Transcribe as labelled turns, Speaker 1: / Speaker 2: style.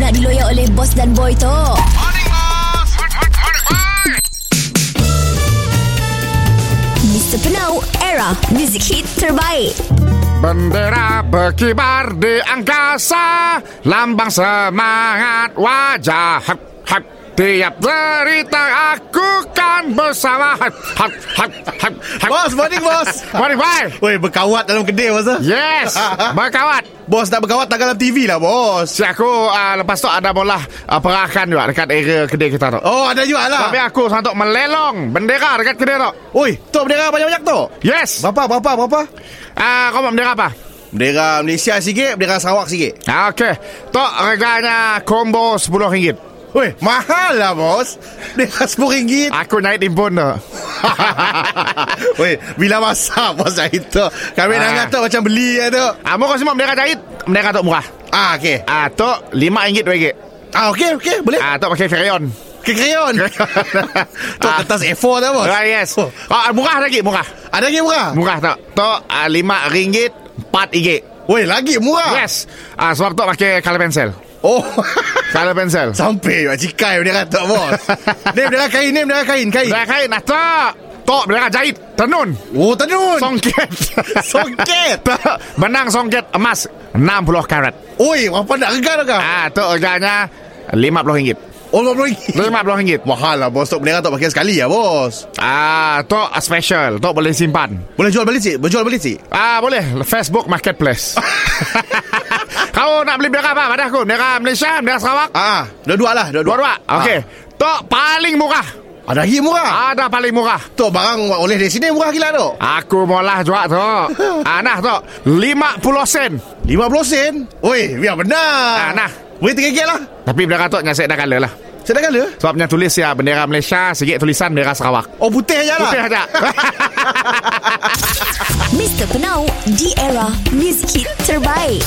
Speaker 1: nak diloyak oleh bos dan boy tu. Mr. Penau, era music hit terbaik.
Speaker 2: Bendera berkibar di angkasa Lambang semangat wajah hap, hap. Tiap derita aku kan bersama hap, hap, hap, hap, hap.
Speaker 3: Bos, morning bos.
Speaker 2: Morning, boy.
Speaker 3: Woi, berkawat dalam kedai masa.
Speaker 2: Yes Berkawat
Speaker 3: Bos tak berkawat tak dalam TV lah bos.
Speaker 2: Si aku uh, lepas tu ada bola uh, perakan juga dekat area kedai kita tu
Speaker 3: Oh, ada juga lah.
Speaker 2: Tapi aku sangat melelong bendera dekat kedai tu
Speaker 3: Woi, tu bendera banyak-banyak tu.
Speaker 2: Yes
Speaker 3: Berapa, berapa, berapa?
Speaker 2: uh, Kau buat bendera apa?
Speaker 3: Bendera Malaysia sikit, bendera Sarawak sikit.
Speaker 2: Ah, Okey Tok reganya combo RM10
Speaker 3: Woi, mahal lah bos. Bendera RM10.
Speaker 2: Aku naik timbun tu
Speaker 3: Woi, bila masa bos dah itu.
Speaker 2: Ah.
Speaker 3: Kami nak kata macam beli lah tu.
Speaker 2: Ah, mau kau semua bendera jahit Bendera tok murah
Speaker 3: Ah, okey.
Speaker 2: Ah, tok RM5 RM2
Speaker 3: Ah, okey, okey, boleh.
Speaker 2: Ah, tok pakai krayon
Speaker 3: Ke krayon. tu
Speaker 2: Ah.
Speaker 3: kertas A4 dah bos.
Speaker 2: Ah, yes
Speaker 3: Oh,
Speaker 2: ah, Murah lagi murah
Speaker 3: Ada lagi murah?
Speaker 2: Murah tok Tok ah, RM5 RM4
Speaker 3: Woi, lagi murah.
Speaker 2: Yes ah, Sebab tok pakai color pencil
Speaker 3: Oh.
Speaker 2: Color pencil
Speaker 3: Sampai buat cikai bendera tu bos. ni bendera kain, ni bendera kain, kain.
Speaker 2: Bendera kain ah, tok Tok bendera jahit Tenun
Speaker 3: Oh, tenun.
Speaker 2: Songket
Speaker 3: Songket.
Speaker 2: Tok Benang songket emas 60 karat
Speaker 3: Oi, berapa nak harga tu kau?
Speaker 2: Ah, tok harganya RM50
Speaker 3: Oh, RM50.
Speaker 2: RM50
Speaker 3: Mahal lah bos. Tok bendera tu pakai sekali ya bos.
Speaker 2: Ah, tok special Tok boleh simpan
Speaker 3: Boleh jual balik cik? Boleh jual balik cik?
Speaker 2: Ah boleh Facebook Marketplace. Kau nak beli bendera apa pada aku? Bendera Malaysia, bendera Sarawak?
Speaker 3: Ah, dua-dua lah. Dua-dua.
Speaker 2: Dua-dua. Okey. Tok paling murah.
Speaker 3: Ah, ada lagi murah.
Speaker 2: Ada paling murah.
Speaker 3: Tok barang oleh dari sini murah gila tu.
Speaker 2: Aku maulah jual tok. Anah tok 50 sen.
Speaker 3: 50 sen. Oi, biar benar.
Speaker 2: Ah, nah.
Speaker 3: Boleh tiga gel lah.
Speaker 2: Tapi bendera tok nyasek dah kala lah.
Speaker 3: Saya dah kala.
Speaker 2: Sebabnya tulis ya bendera Malaysia, sikit tulisan bendera Sarawak.
Speaker 3: Oh, putih je lah.
Speaker 2: Putih aja.
Speaker 1: Mr. Penau, di era music hit terbaik.